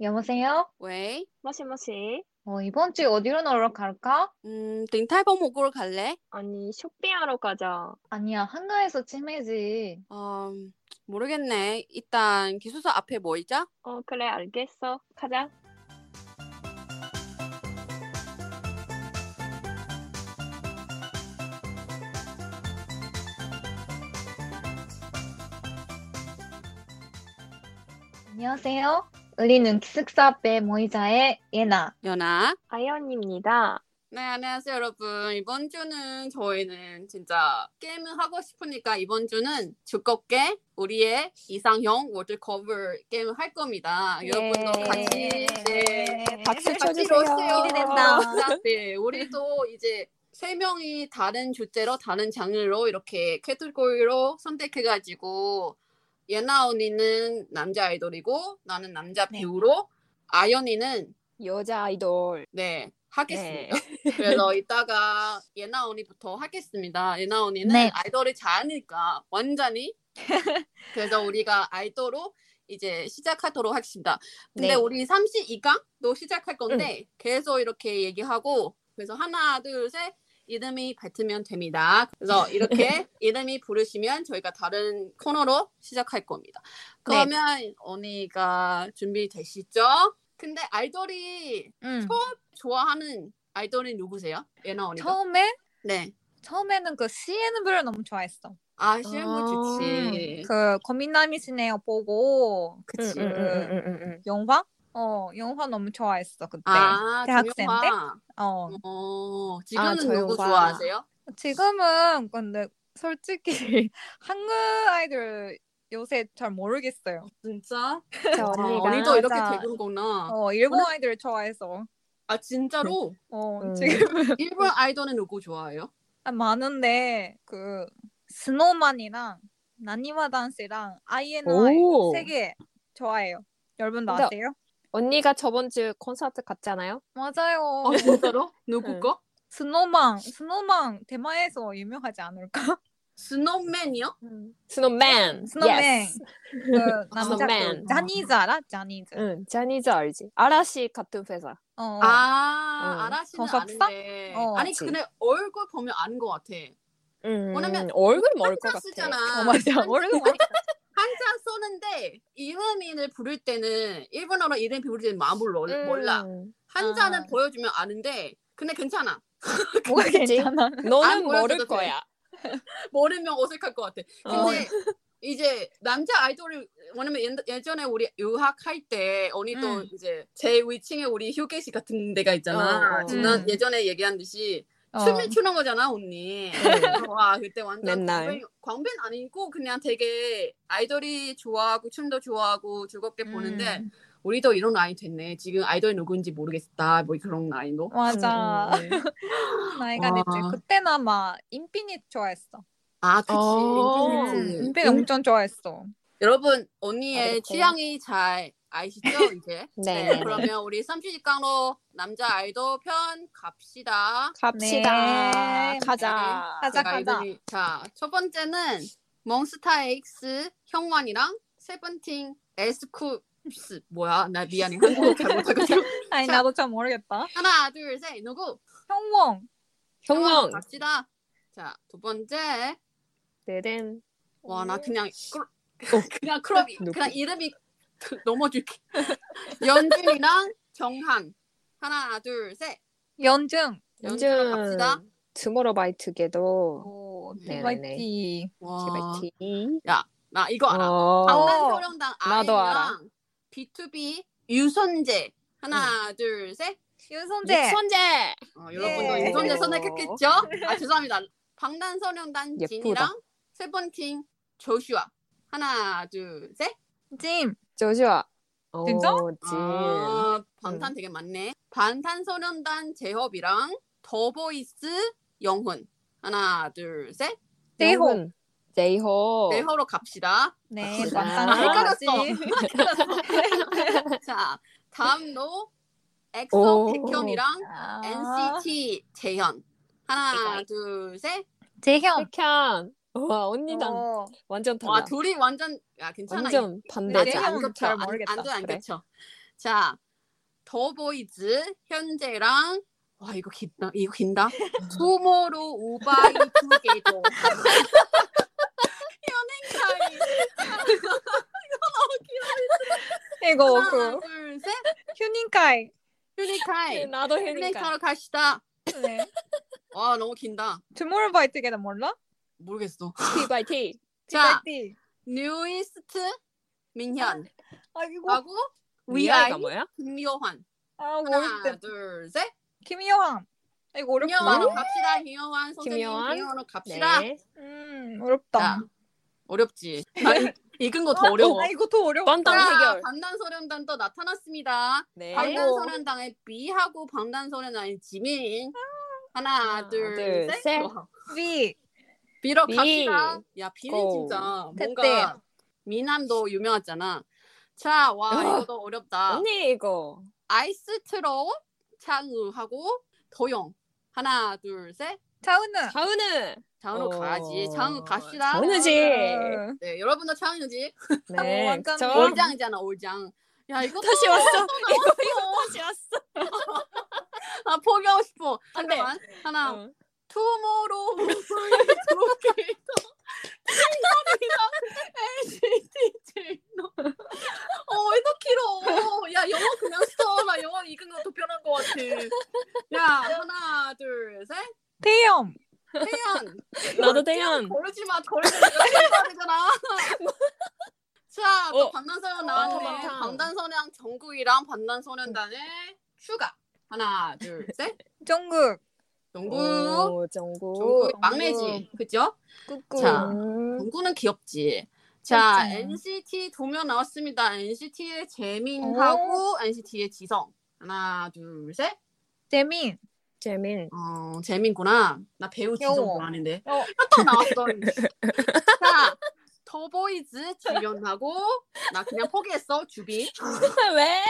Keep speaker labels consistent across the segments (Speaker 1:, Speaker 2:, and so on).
Speaker 1: 여보세요?
Speaker 2: 왜?
Speaker 3: 머시머시.
Speaker 1: 어, 이번 주에 어디로 놀러 갈까?
Speaker 2: 음, 링탈버 목으로 갈래?
Speaker 3: 아니, 쇼핑하러 가자.
Speaker 1: 아니야, 한가해서 치매지.
Speaker 2: 어, 모르겠네. 일단 기숙사 앞에 뭐 모이자.
Speaker 3: 어, 그래, 알겠어. 가자.
Speaker 1: 안녕하세요. 우리는 기숙사 앞에 모이자의 예나.
Speaker 2: 연아.
Speaker 3: 아이언입니다.
Speaker 2: 네, 안녕하세요, 여러분. 이번 주는 저희는 진짜 게임을 하고 싶으니까 이번 주는 두껍게 우리의 이상형 워터커버 게임을 할 겁니다. 아, 여러분도
Speaker 1: 예.
Speaker 2: 같이 네,
Speaker 4: 예.
Speaker 3: 박수
Speaker 2: 같이 넣으세요. 네, 우리도 이제 세 명이 다른 주제로 다른 장르로 이렇게 캐테고리로 선택해가지고 예나 언니는 남자 아이돌이고 나는 남자
Speaker 4: 네.
Speaker 2: 배우로 아연이는
Speaker 4: 여자 아이돌.
Speaker 2: 네
Speaker 3: 예.
Speaker 2: 하겠습니다. 그래서 이따가 예나 언니부터 하겠습니다. 예나 언니는
Speaker 1: 네.
Speaker 2: 아이돌이 잘하니까 완전히 그래서 우리가 아이돌로 이제 시작하도록 하겠습니다. 근데
Speaker 4: 네.
Speaker 2: 우리 32강도 시작할 건데 계속 이렇게 얘기하고 그래서 하나 둘셋 이름이 뱉으면 됩니다. 그래서 이렇게 이름이 부르시면 저희가 다른 코너로 시작할 겁니다. 그러면 언니가 준비되시죠? 근데 아이돌이
Speaker 1: 음,
Speaker 2: 좋아하는 아이돌이 누구세요? 예나 언니가?
Speaker 4: 처음에
Speaker 2: 네.
Speaker 4: 처음에는 그 CNV를 너무 좋아했어.
Speaker 2: 아 네. 실무
Speaker 3: 아,
Speaker 2: 좋지.
Speaker 4: 그 거민남이 시네어 보고 그치
Speaker 2: 음,
Speaker 3: 응, 응, 응, 응, 응.
Speaker 4: 영화? 어 영화 너무 좋아했어 그때.
Speaker 2: 아
Speaker 4: 네. 대학생 때?
Speaker 2: 정영화.
Speaker 4: 어
Speaker 2: 어 지금은
Speaker 4: 아, 저
Speaker 2: 누구
Speaker 4: 영화.
Speaker 2: 좋아하세요?
Speaker 4: 지금은 근데 솔직히 한국 아이돌 요새 잘 모르겠어요.
Speaker 2: 진짜?
Speaker 3: 저
Speaker 2: 아,
Speaker 3: 언니가
Speaker 2: 언니도 이렇게
Speaker 4: 맞아.
Speaker 2: 되는구나.
Speaker 4: 어 일본 아이돌 좋아해서
Speaker 2: 아 진짜로?
Speaker 4: 어
Speaker 3: 음.
Speaker 4: 지금
Speaker 2: 일본
Speaker 4: 네.
Speaker 2: 아이돌은 누구 좋아해요?
Speaker 4: 아, 많은데 그 스노우만이랑 나니와 단스랑
Speaker 3: 오.
Speaker 4: 아이엔아이 세개 좋아해요. 여러분도
Speaker 3: 근데-
Speaker 4: 아세요?
Speaker 3: 언니가 저번 주 콘서트 갔잖아요.
Speaker 4: 맞아요.
Speaker 2: 아 진짜로? 누구
Speaker 3: 응.
Speaker 4: 네.
Speaker 2: 거?
Speaker 4: 어, 스노망 스노망 대만에서 유명하지 않을까?
Speaker 2: 스노맨이요?
Speaker 3: 스노맨.
Speaker 4: 스노맨
Speaker 3: Yes. 음.
Speaker 4: 그 남자
Speaker 3: 스노맨.
Speaker 4: 자니즈 알아? 자니즈
Speaker 3: 응, 자니즈 알지? 아라시 같은 회사.
Speaker 4: 어, 어.
Speaker 2: 아
Speaker 3: 응.
Speaker 2: 아라시는
Speaker 4: 저격사?
Speaker 2: 아는데
Speaker 4: 어,
Speaker 2: 아니
Speaker 3: 그치.
Speaker 2: 근데 얼굴 보면 아는 것 같아.
Speaker 3: 음,
Speaker 2: 왜냐면
Speaker 3: 얼굴 멀 것
Speaker 2: 한자
Speaker 3: 같아.
Speaker 2: 쓰잖아.
Speaker 4: 어, 맞아
Speaker 2: 한자
Speaker 4: 얼굴
Speaker 2: 한자 쓰는데 이름을 부를 때는 일본어로 이름 부를 때는 마음을 몰-
Speaker 3: 음.
Speaker 2: 몰라. 한자는
Speaker 4: 아.
Speaker 2: 보여주면 아는데 근데 괜찮아.
Speaker 4: 뭐가
Speaker 3: 그치?
Speaker 4: 괜찮아?
Speaker 2: 안
Speaker 3: 너는
Speaker 2: 보여줘도
Speaker 3: 모를
Speaker 2: 돼.
Speaker 3: 거야.
Speaker 2: 모르면 어색할 음. 것 같아.
Speaker 3: 어.
Speaker 2: 근데 이제 남자 아이돌이 왜냐면 예- 예전에 우리 유학할 때 언니도
Speaker 4: 음.
Speaker 2: 이제 제 위층에 우리 휴게실 같은 데가 있잖아.
Speaker 3: 어.
Speaker 2: 지난
Speaker 4: 음.
Speaker 2: 예전에 얘기한 듯이
Speaker 4: 어.
Speaker 2: 춤을 추는 거잖아 언니. 와 그때 완전
Speaker 3: 맨날.
Speaker 2: 광변, 광변 아니고 그냥 되게 아이돌이 좋아하고 춤도 좋아하고 즐겁게 보는데
Speaker 4: 음,
Speaker 2: 우리도 이런 나이 됐네. 지금 아이돌이 누군지 모르겠다. 뭐 그런 나이로.
Speaker 4: 맞아
Speaker 3: 음, 음,
Speaker 4: 나이가
Speaker 2: 와.
Speaker 4: 됐지 그때나 막 인피니트 좋아했어
Speaker 2: 아 그치.
Speaker 3: 어.
Speaker 2: 인피니트.
Speaker 3: 음,
Speaker 4: 인피니트
Speaker 2: 인-
Speaker 4: 엄청 좋아했어
Speaker 2: 여러분 언니의
Speaker 3: 어렵구나.
Speaker 2: 취향이 잘 아시죠 이제?
Speaker 3: 네.
Speaker 2: 그러면 우리 30강로 남자 아이돌 편 갑시다.
Speaker 3: 갑시다.
Speaker 4: 네.
Speaker 3: 가자.
Speaker 4: 가자.
Speaker 2: 제가 이름이- 자, 첫 번째는 몬스타엑스 형완이랑 세븐틴 에스쿱스 뭐야? 나 미안해. 한국어 잘 못하거든.
Speaker 4: 아니
Speaker 2: 자.
Speaker 4: 나도 잘 모르겠다
Speaker 2: 하나, 둘, 셋. 누구?
Speaker 4: 형원
Speaker 2: 아,
Speaker 3: 형광.
Speaker 2: 갑시다. 자, 두 번째.
Speaker 3: 네덴.
Speaker 2: 와,
Speaker 3: 음,
Speaker 2: 나 그냥 끌-
Speaker 3: 어,
Speaker 2: 그냥 크롭이 그냥 이름이 넘어줄게. 연준이랑 정한 하나 둘 셋.
Speaker 4: 연중
Speaker 2: 연주로 갑시다.
Speaker 3: 투모로바이 투게더.
Speaker 4: 오
Speaker 2: 어, 네네네.
Speaker 4: TYT
Speaker 2: 와,
Speaker 3: 티바이티.
Speaker 2: 나 이거 알아.
Speaker 3: 네. 어.
Speaker 2: 강남소령단
Speaker 3: 나도 알아.
Speaker 2: 아이랑 B2B 유선재 하나 둘 셋.
Speaker 4: 윤선재
Speaker 3: 손재.
Speaker 2: 어, 여러분도
Speaker 4: 예.
Speaker 2: 유선재
Speaker 3: 오.
Speaker 2: 선택했겠죠? 아 죄송합니다. 방탄소년단
Speaker 3: 어. 예쁘다.
Speaker 2: 진이랑 세븐틴 조슈아 하나 둘 셋.
Speaker 4: 진
Speaker 3: 조슈아.
Speaker 4: 진짜?
Speaker 3: 오, 진.
Speaker 2: 아, 방탄 되게 많네. 방탄소년단 제협이랑 더보이스 영훈. 하나, 둘, 셋. 네,
Speaker 4: 제이홉.
Speaker 3: 영훈. 제이홉.
Speaker 2: 제허로 갑시다.
Speaker 4: 네
Speaker 3: 아,
Speaker 4: 맞다지
Speaker 2: 자, 다음도 엑소
Speaker 3: 오. 아.
Speaker 2: 백현이랑
Speaker 4: 아.
Speaker 2: NCT 재현. 하나,
Speaker 3: 이거이.
Speaker 2: 둘, 셋.
Speaker 4: 재형
Speaker 3: 백현. 와 언니랑
Speaker 4: 어.
Speaker 3: 완전 달라.
Speaker 2: 와, 둘이 완전 야, 괜찮아.
Speaker 3: 완전
Speaker 2: 나도
Speaker 3: 반대지.
Speaker 4: 재현
Speaker 2: 안
Speaker 4: 잘
Speaker 2: 겹쳐. 네. 안,
Speaker 4: 모르겠다.
Speaker 2: 안도 안
Speaker 3: 그래.
Speaker 2: 겹쳐. 자, 더보이즈 현재랑 와 이거 긴다 이거 긴다 투모로우 우바이 투게더 연예인 사이
Speaker 4: 이거
Speaker 2: 하나
Speaker 4: 그
Speaker 2: 둘셋
Speaker 4: 휴닝카이.
Speaker 2: 휴니카이
Speaker 3: 네, 나도
Speaker 2: 휴니카로 갑시다
Speaker 4: 네.
Speaker 2: 와 너무 긴다
Speaker 4: 투모로우 바이 투게더 몰라?
Speaker 2: 모르겠어
Speaker 3: T by T.
Speaker 2: 자
Speaker 4: 디바이티.
Speaker 2: 뉴이스트 민현
Speaker 4: 아이고. 어?
Speaker 2: 하고
Speaker 3: 위아이가
Speaker 2: 위아이
Speaker 3: 뭐야?
Speaker 2: 김요환
Speaker 4: 아,
Speaker 2: 하나
Speaker 4: 모르겠다.
Speaker 2: 둘셋
Speaker 4: 김요함. 이거 어렵다.
Speaker 2: 김요환 갑시다 김요환 선생님
Speaker 3: 김요한.
Speaker 2: 김요환으로
Speaker 3: 네.
Speaker 2: 갑시다
Speaker 4: 음,
Speaker 2: 자,
Speaker 4: 어렵다.
Speaker 2: 어렵지 나 이- 읽은 거 더 어려워
Speaker 4: 아, 이거 더 어려워.
Speaker 3: 번당
Speaker 2: 자,
Speaker 3: 해결.
Speaker 2: 방탄소년단 또 나타났습니다.
Speaker 3: 네.
Speaker 2: 방탄소년단의 B하고 방탄소년단의 지민. 하나,
Speaker 3: 하나,
Speaker 2: 둘,
Speaker 3: 둘,
Speaker 2: 셋.
Speaker 3: 셋.
Speaker 2: 와,
Speaker 4: B.
Speaker 2: B로
Speaker 3: B.
Speaker 2: 갑시다. 야, B는
Speaker 3: 고.
Speaker 2: 진짜
Speaker 4: 됐대.
Speaker 2: 뭔가 미남도 유명하잖아. 자, 와,
Speaker 3: 어.
Speaker 2: 이거도 어렵다.
Speaker 3: 언니 이거.
Speaker 2: 아이스트로 창우하고 도영. 하나, 둘, 셋.
Speaker 4: 차은우.
Speaker 3: 자은우.
Speaker 2: 장으로
Speaker 3: 어.
Speaker 2: 가지. 장으로 아. 갑시다.
Speaker 3: 장은우지.
Speaker 4: 어.
Speaker 2: 네, 여러분도 장이지.
Speaker 3: 네.
Speaker 2: 뭐,
Speaker 4: 어, 완전
Speaker 3: 저-
Speaker 4: 어.
Speaker 2: 올장이잖아, 올장. 야, 이거
Speaker 3: 다시
Speaker 2: 또-
Speaker 3: 왔어.
Speaker 2: 또
Speaker 3: 이거
Speaker 2: 나왔어.
Speaker 3: 이거 다시 왔어.
Speaker 2: 아 포기하고 싶어.
Speaker 3: 안 돼.
Speaker 2: 잠깐만. 하나,
Speaker 3: 어.
Speaker 2: 투모로우 브로케이터 NCT 제노. 어왜 이렇게 길어? 야 영어 그냥 써. 나 영어 읽은 거더 편한 거 같아. 야 하나 둘 셋.
Speaker 4: 태염.
Speaker 2: 태연.
Speaker 3: 나도 태연.
Speaker 2: 거르지 마. 거르지 마. 이거 해야 되잖아. 자, 또
Speaker 3: 어.
Speaker 2: 반단소년
Speaker 3: 어,
Speaker 2: 나왔네.
Speaker 3: 방탄.
Speaker 2: 반단소년 정국이랑 반단소년단의 슈가. 하나, 둘, 셋.
Speaker 4: 정국.
Speaker 2: 정국.
Speaker 3: 오, 정국.
Speaker 2: 정국이 막내지. 그죠?
Speaker 4: 꾸꾸.
Speaker 2: 자.
Speaker 3: 음.
Speaker 2: 문구는 귀엽지. 자,
Speaker 4: 그렇죠.
Speaker 2: NCT 두 명 나왔습니다. NCT의 재민하고 NCT의 지성. 하나, 둘, 셋.
Speaker 4: 재민.
Speaker 3: 재민.
Speaker 2: 어, 재민구나. 나 배우 지성
Speaker 4: 귀여워.
Speaker 2: 좋아하는데.
Speaker 4: 어.
Speaker 2: 또 나왔어. 자, 더보이즈 주연하고 나 그냥 포기했어. 주비.
Speaker 3: 왜?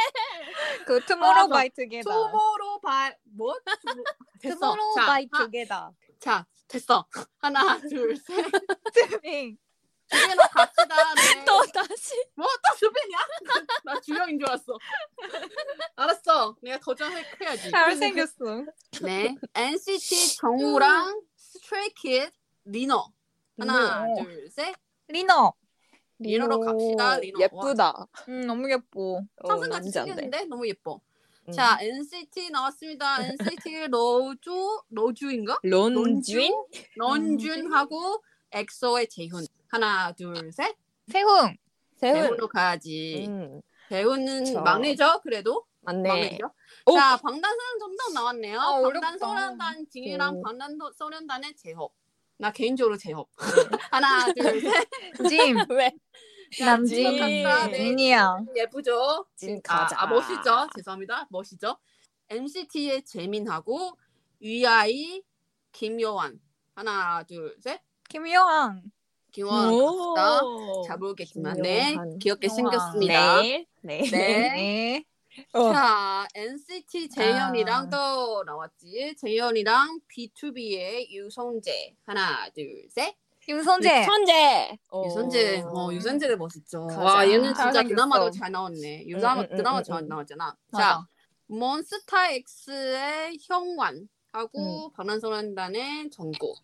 Speaker 4: 그 투모로우
Speaker 2: 아, 나-
Speaker 4: 바이 투게더.
Speaker 2: 투모로 바이 뭐? 투모- 됐어.
Speaker 4: 투모로우
Speaker 2: 자,
Speaker 4: 바이
Speaker 2: 하-
Speaker 4: 투게더.
Speaker 2: 자, 됐어. 하나, 둘, 셋.
Speaker 4: 재민.
Speaker 2: 주변으로 갑시다. 네.
Speaker 3: 또 다시.
Speaker 2: 뭐또 주변이야? 나 주영인 줄 알았어. 알았어. 내가 도전해야지.
Speaker 4: 잘생겼어.
Speaker 2: 네. NCT 정우랑 스트레이키드 리너. 하나,
Speaker 4: 리너.
Speaker 2: 둘, 셋.
Speaker 4: 리너.
Speaker 2: 리노로 갑시다, 리노. 어,
Speaker 3: 예쁘다.
Speaker 4: 음, 너무 예뻐.
Speaker 3: 어,
Speaker 2: 상승같이 생겼는데 너무 예뻐.
Speaker 3: 음.
Speaker 2: 자, NCT 나왔습니다. NCT 로주 로주인가?
Speaker 3: 음, 론쥔?
Speaker 2: 런준하고 엑소의 재훈. 하나, 둘, 셋.
Speaker 4: 세훈.
Speaker 3: 세훈.
Speaker 2: 재훈으로 가야지.
Speaker 3: 음,
Speaker 2: 재훈은
Speaker 3: 저-
Speaker 2: 막내죠, 그래도.
Speaker 3: 맞네.
Speaker 2: 막내죠.
Speaker 3: 오!
Speaker 2: 자, 방탄소년 점점 나왔네요.
Speaker 4: 아, 어렵다.
Speaker 2: 방탄소년단 징이랑
Speaker 3: 오.
Speaker 2: 방탄소년단의 재혁. 나 개인적으로 재혁. 하나, 둘, 셋.
Speaker 4: 짐.
Speaker 3: 왜?
Speaker 2: 자,
Speaker 1: 남진.
Speaker 2: 지금 감사. 네,
Speaker 4: 미니야.
Speaker 2: 예쁘죠?
Speaker 3: 진
Speaker 2: 아,
Speaker 3: 가자.
Speaker 2: 아, 멋있죠? 죄송합니다. 멋있죠? MCT의 재민하고 위아이 김요한. 하나, 둘, 셋.
Speaker 4: 김요한.
Speaker 2: 김요한
Speaker 3: 오.
Speaker 2: 갑시다. 잘 모르겠지만 네,
Speaker 3: 김요한.
Speaker 2: 귀엽게
Speaker 4: 김요한.
Speaker 2: 생겼습니다.
Speaker 3: 네. 네.
Speaker 2: 네.
Speaker 4: 네.
Speaker 3: 어.
Speaker 2: 자, NCT 재현이랑
Speaker 4: 아.
Speaker 2: 또 나왔지. 재현이랑 B2B의 유성재. 하나, 둘, 셋.
Speaker 4: 윤선재.
Speaker 3: 유선재. 어.
Speaker 2: 유성재. 어, 유성재를 멋있죠.
Speaker 3: 가자.
Speaker 2: 와, 얘는 진짜
Speaker 4: 잘생겼어.
Speaker 2: 그나마도 잘 나왔네. 유나마
Speaker 3: 음, 음,
Speaker 2: 드라마
Speaker 3: 음,
Speaker 2: 잘
Speaker 3: 음.
Speaker 2: 나왔잖아. 자,
Speaker 4: 맞아.
Speaker 2: 몬스타엑스의 형완하고 방탄소년단의 정국.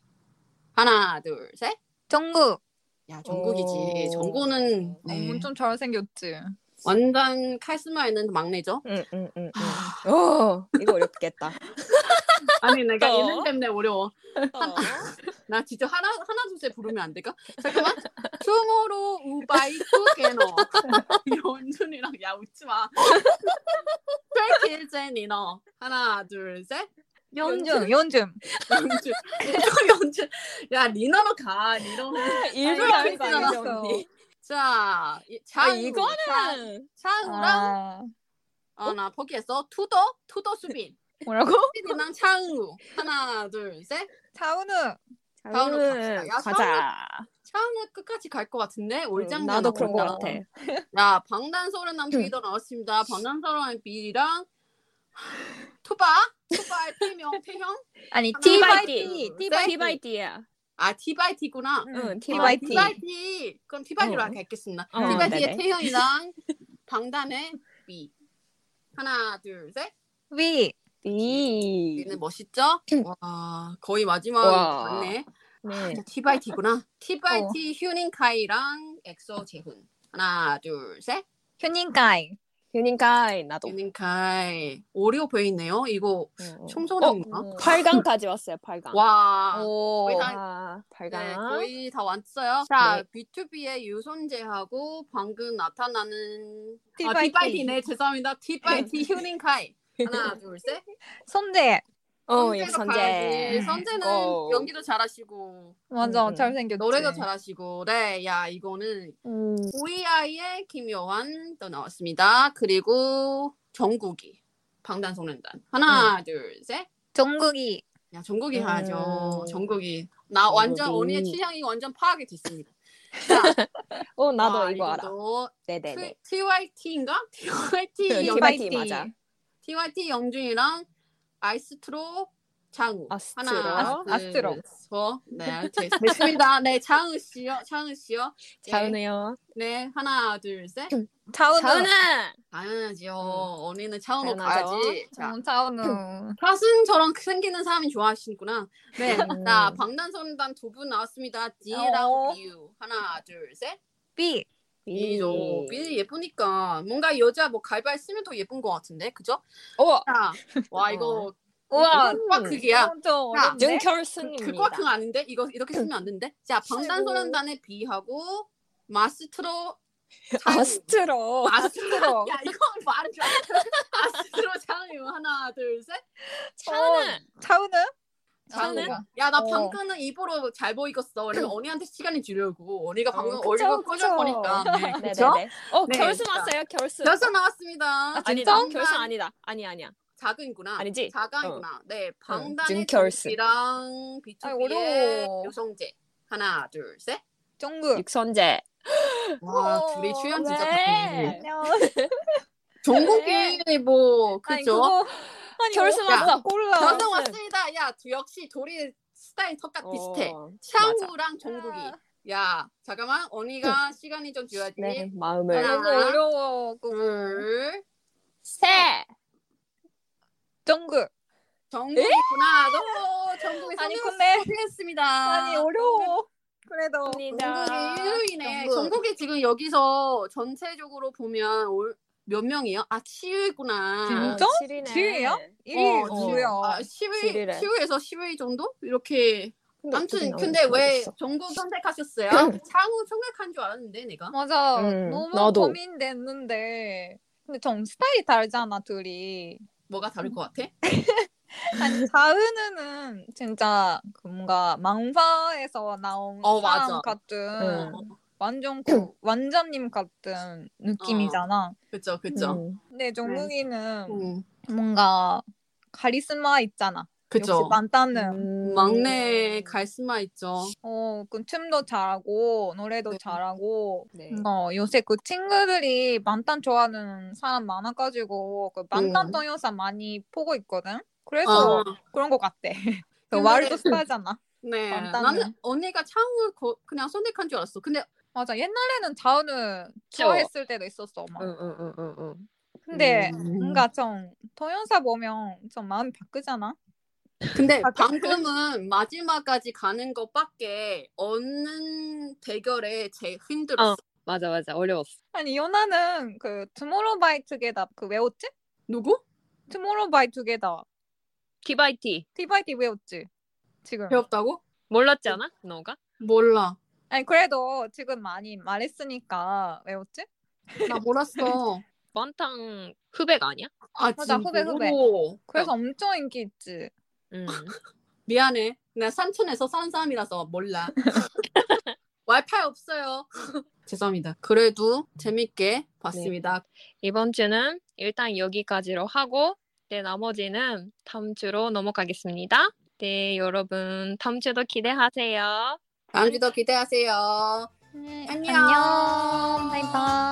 Speaker 2: 하나, 둘, 셋.
Speaker 4: 정국.
Speaker 2: 야, 정국이지.
Speaker 3: 오.
Speaker 2: 정국은 네,
Speaker 4: 음, 좀 잘생겼지.
Speaker 2: 완전 카리스마 있는 막내죠.
Speaker 3: 응, 응, 응.
Speaker 2: 아.
Speaker 3: 응. 음, 오, 이거 어렵겠다.
Speaker 2: 아니, 내가
Speaker 3: 또?
Speaker 2: 얘는 때문에 어려워.
Speaker 3: 어.
Speaker 2: 나 진짜 하나 하나 둘셋 부르면 안 될까? 잠깐만. 투모로우 우바이 투게너 연준이랑 야 웃지 마. 트레이킬 제니너 하나 둘 셋.
Speaker 4: 연준. 연준.
Speaker 2: 연준. 어, 연준. 야 리너로 가. 리너.
Speaker 3: 일부러
Speaker 2: 아,
Speaker 3: 안
Speaker 2: 알겠어.
Speaker 3: 했어, 언니.
Speaker 2: 자, 이-
Speaker 3: 아,
Speaker 2: 차우. 차-
Speaker 3: 이거는
Speaker 2: 차우랑
Speaker 4: 아,
Speaker 2: 어나 포기했어. 투더 투더 수빈.
Speaker 4: 뭐라고?
Speaker 2: 수빈이랑 차우. 하나 둘 셋.
Speaker 4: 차은우.
Speaker 2: 다음으로 갑시다.
Speaker 3: 다음은
Speaker 2: 야,
Speaker 3: 가자.
Speaker 2: 차우 끝까지 갈 것 같은데 올장
Speaker 3: 응, 나도 그런 것 같아.
Speaker 2: 야, 방탄소년단 B도 나왔습니다. 방탄소년단 B랑 투바, 투바의 태명, 태형?
Speaker 4: 아니
Speaker 2: T
Speaker 4: T.
Speaker 2: by T.
Speaker 4: T by
Speaker 3: T by T야.
Speaker 2: 아, TBIT구나.
Speaker 3: 응,
Speaker 4: 음, T
Speaker 3: T
Speaker 4: by
Speaker 3: by
Speaker 4: 아, T.
Speaker 3: T.
Speaker 2: TBIT. 그럼 TBIT로
Speaker 3: 어.
Speaker 2: 하겠습니다.
Speaker 3: 어,
Speaker 2: TBIT의
Speaker 3: 네네.
Speaker 2: 태형이랑 방단의 B. 하나, 둘, 셋.
Speaker 4: 위.
Speaker 3: 위.
Speaker 2: 얘는 멋있죠? 와, 거의 마지막
Speaker 3: 음. 와.
Speaker 2: 왔네.
Speaker 3: 네. 어.
Speaker 2: 진짜 TYT구나. TYT 휴닝카이랑 엑소 재훈. 하나, 둘, 셋.
Speaker 4: 휴닝가이.
Speaker 3: 휴닝카이 나도.
Speaker 2: 네. 휴닝카이. 오리오페 있네요. 이거 청소년인가?
Speaker 3: 어, 8강까지 왔어요. 어, 8강.
Speaker 4: 아,
Speaker 2: 와.
Speaker 4: 오.
Speaker 2: 거의 다-
Speaker 3: 와, 8강.
Speaker 2: 네, 거의 다 왔어요. 자,
Speaker 3: 네.
Speaker 2: B2B의 유손재하고 방금 나타나는
Speaker 4: TYT.
Speaker 2: 아, TYT네. 죄송합니다. TYT 휴닝카이. 하나, 둘, 셋.
Speaker 4: 선재.
Speaker 3: 어,
Speaker 2: 선재로
Speaker 3: 예, 선재.
Speaker 2: 가야지. 선재는
Speaker 3: 어.
Speaker 2: 연기도 잘하시고
Speaker 4: 맞아.
Speaker 3: 음, 음.
Speaker 4: 잘생겼지.
Speaker 2: 노래도 잘하시고 네, 야 이거는
Speaker 3: 음.
Speaker 2: OEI의 김요한 또 나왔습니다. 그리고 정국이 방탄소년단 하나 둘 셋.
Speaker 4: 정국이.
Speaker 2: 야 정국이
Speaker 3: 음.
Speaker 2: 하죠. 정국이 나 완전
Speaker 3: 정국이.
Speaker 2: 언니의 취향이 완전 파악이 됐습니다. 자,
Speaker 3: 어, 나도
Speaker 2: 아,
Speaker 3: 이거 알아.
Speaker 2: 이것도
Speaker 3: 네네네.
Speaker 2: TYT인가? TYT
Speaker 3: 네,
Speaker 2: 영
Speaker 3: TYT 맞아.
Speaker 2: TYT 영준이랑 아이스트로 장우
Speaker 3: 아스트로.
Speaker 2: 하나 둘,
Speaker 4: 아스트로.
Speaker 2: 서. 네 됐습니다. 네 장우 씨요. 장우 씨요. 네.
Speaker 3: 자은우요.
Speaker 2: 네, 하나, 둘, 셋.
Speaker 4: 차은우.
Speaker 2: 당연하지요. 언니는 차은호
Speaker 3: 음. 당연하죠.
Speaker 2: 가야지. 자,
Speaker 4: 어, 차은우.
Speaker 2: 사슴처럼 생기는 사람이 좋아하시는구나. 네,
Speaker 3: 음.
Speaker 2: 자, 방탄소년단 두 분 나왔습니다.
Speaker 4: 어.
Speaker 2: 디에랑 비유. 하나, 둘, 셋.
Speaker 4: 비.
Speaker 2: 비죠. 비 예쁘니까 뭔가 여자 뭐 갈발 쓰면 더 예쁜 것 같은데, 그죠?
Speaker 3: 어, 음.
Speaker 2: 자, 와 이거
Speaker 4: 우와.
Speaker 2: 이거 꽉크기야.
Speaker 4: 엄청 어렵네.
Speaker 3: 눈결승입니다.
Speaker 2: 그꽉크 아닌데 이거 이렇게 쓰면 안 된대. 자, 방탄소년단의 비하고 마스트로 차은우.
Speaker 3: 아스트로.
Speaker 2: 아스트로. 야 이거 말은 좀 아스트로 장유 하나 둘 셋.
Speaker 3: 차은우.
Speaker 4: 차은우?
Speaker 2: 차은우?
Speaker 4: 차은우가.
Speaker 2: 야 나
Speaker 4: 어.
Speaker 2: 방금은 입으로 잘 보이겠어. 그래서 언니한테 시간을 주려고. 언니가 방금
Speaker 3: 어, 그쵸,
Speaker 2: 얼굴
Speaker 3: 그쵸. 아,
Speaker 2: 꺼져버니까. 네. 그쵸?
Speaker 3: 네네네. 어,
Speaker 2: 네,
Speaker 3: 결승
Speaker 2: 진짜.
Speaker 3: 왔어요. 결승.
Speaker 2: 결승 나왔습니다.
Speaker 3: 아니다.
Speaker 2: 방탄
Speaker 3: 결승 아니다. 아니 아니야.
Speaker 2: 작은이구나.
Speaker 3: 아니지? 어.
Speaker 2: 자강이구나. 네 방단의
Speaker 3: 준결승.
Speaker 2: 정기랑
Speaker 4: 아,
Speaker 2: B2B의
Speaker 4: 어려워.
Speaker 2: 요성재 하나 둘 셋. 그
Speaker 4: 정국.
Speaker 3: 육선재.
Speaker 2: 와
Speaker 4: 어,
Speaker 2: 둘이 출연 진짜
Speaker 3: 왜?
Speaker 2: 같네.
Speaker 4: 안녕.
Speaker 2: 종국이 뭐
Speaker 4: 아니,
Speaker 2: 그죠?
Speaker 4: 그거- 아니,
Speaker 3: 결승
Speaker 4: 야,
Speaker 3: 왔어.
Speaker 4: 골라. 아.
Speaker 2: 결승 왔습니다. 야 역시 둘이 스타일 턱 같 비슷해.
Speaker 3: 어,
Speaker 2: 샤우랑 정국이.
Speaker 4: 아.
Speaker 2: 야, 잠깐만. 언니가 시간이 좀 줘야지.
Speaker 3: 네,
Speaker 2: 하나.
Speaker 3: 마음을.
Speaker 4: 너무 어려워. 그거.
Speaker 2: 둘.
Speaker 3: 세.
Speaker 4: 정국.
Speaker 2: 정국이구나. 너무 정국이
Speaker 4: 아니,
Speaker 2: 성공했-
Speaker 4: 근데-
Speaker 2: 성공했습니다.
Speaker 4: 아니 어려워. 그래도
Speaker 3: 감사합니다.
Speaker 2: 정국이 1위네.
Speaker 4: 정국.
Speaker 2: 정국. 이 지금 여기서 전체적으로 보면 올- 몇 명이요? 아, 7위구나.
Speaker 4: 진짜? 지혜야?
Speaker 3: 네
Speaker 4: 1위
Speaker 3: 어,
Speaker 4: 뭐야?
Speaker 2: 아, 10위,
Speaker 3: 지리래.
Speaker 2: 10위에서 10위 정도? 이렇게.
Speaker 3: 근데 어떻게
Speaker 2: 아무튼
Speaker 3: 나오는지
Speaker 2: 근데 왜
Speaker 3: 모르겠어.
Speaker 2: 정국 선택하셨어요?
Speaker 4: 음.
Speaker 2: 창우 선택한 줄 알았는데 내가.
Speaker 4: 맞아.
Speaker 3: 음,
Speaker 4: 너무
Speaker 3: 나도.
Speaker 4: 고민됐는데. 근데 좀 스타일이 다르잖아 둘이.
Speaker 2: 뭐가 다를 것 같아?
Speaker 4: 아니 자은우는 진짜 그 뭔가 망파에서 나온
Speaker 2: 어,
Speaker 4: 사람
Speaker 2: 맞아. 어.
Speaker 4: 같은
Speaker 3: 음.
Speaker 4: 완전 그 완전님 같은 느낌이잖아.
Speaker 2: 그쵸, 그쵸.
Speaker 3: 음.
Speaker 4: 근데 정국이는
Speaker 2: 음.
Speaker 4: 뭔가 카리스마 있잖아. 역시
Speaker 2: 그쵸.
Speaker 4: 만따는.
Speaker 3: 음.
Speaker 2: 막내 갈스마 있죠.
Speaker 4: 어, 그 춤도 잘하고 노래도
Speaker 2: 네.
Speaker 4: 잘하고
Speaker 3: 네.
Speaker 4: 뭔가 요새 그 친구들이 만탄 좋아하는 사람 많아가지고 그 만탄
Speaker 2: 음.
Speaker 4: 동영상 많이 보고 있거든. 그래서
Speaker 2: 어,
Speaker 4: 그런 것 같아. 그
Speaker 2: 근데-
Speaker 4: 월드스타잖아.
Speaker 2: 네.
Speaker 4: 만담은-
Speaker 2: 나는 언니가 창을 거, 그냥 선택한 줄 알았어. 근데
Speaker 4: 맞아. 옛날에는 자은을 좋아했을 때도 있었어. 막.
Speaker 3: 응, 응, 응, 응, 응.
Speaker 4: 근데
Speaker 2: 음.
Speaker 4: 뭔가 좀 동영상 보면 좀 마음이 바꾸잖아.
Speaker 2: 근데
Speaker 4: 아,
Speaker 2: 방금은 마지막까지 가는 것밖에 얻는 대결에 제일 힘들었어.
Speaker 3: 어. 맞아, 맞아. 어려웠어.
Speaker 4: 아니 요나는 그 투모로우 바이 투게더 그 외웠지?
Speaker 2: 누구?
Speaker 4: 투모로우 바이 투게더
Speaker 3: TYT.
Speaker 4: TYT 외웠지? 지금.
Speaker 2: 배웠다고?
Speaker 3: 몰랐지 않아? 너가?
Speaker 2: 몰라.
Speaker 4: 아니 그래도 지금 많이 말했으니까 외웠지?
Speaker 2: 나 몰랐어.
Speaker 3: 번탕 후백 아니야?
Speaker 2: 아,
Speaker 4: 맞아, 어, 후배, 후배.
Speaker 2: 진짜로? 아,
Speaker 4: 그래서 엄청 인기 있지.
Speaker 3: 응.
Speaker 2: 미안해. 나 산촌에서 사는 사람이라서 몰라. 와이파이 없어요. 죄송합니다. 그래도 재밌게 봤습니다.
Speaker 4: 네.
Speaker 3: 이번 주는 일단 여기까지로 하고, 네, 나머지는 다음 주로 넘어가겠습니다. 네, 여러분, 다음 주도 기대하세요.
Speaker 2: 네. 다음 주도 기대하세요. 안녕.
Speaker 4: 네, 바이바이.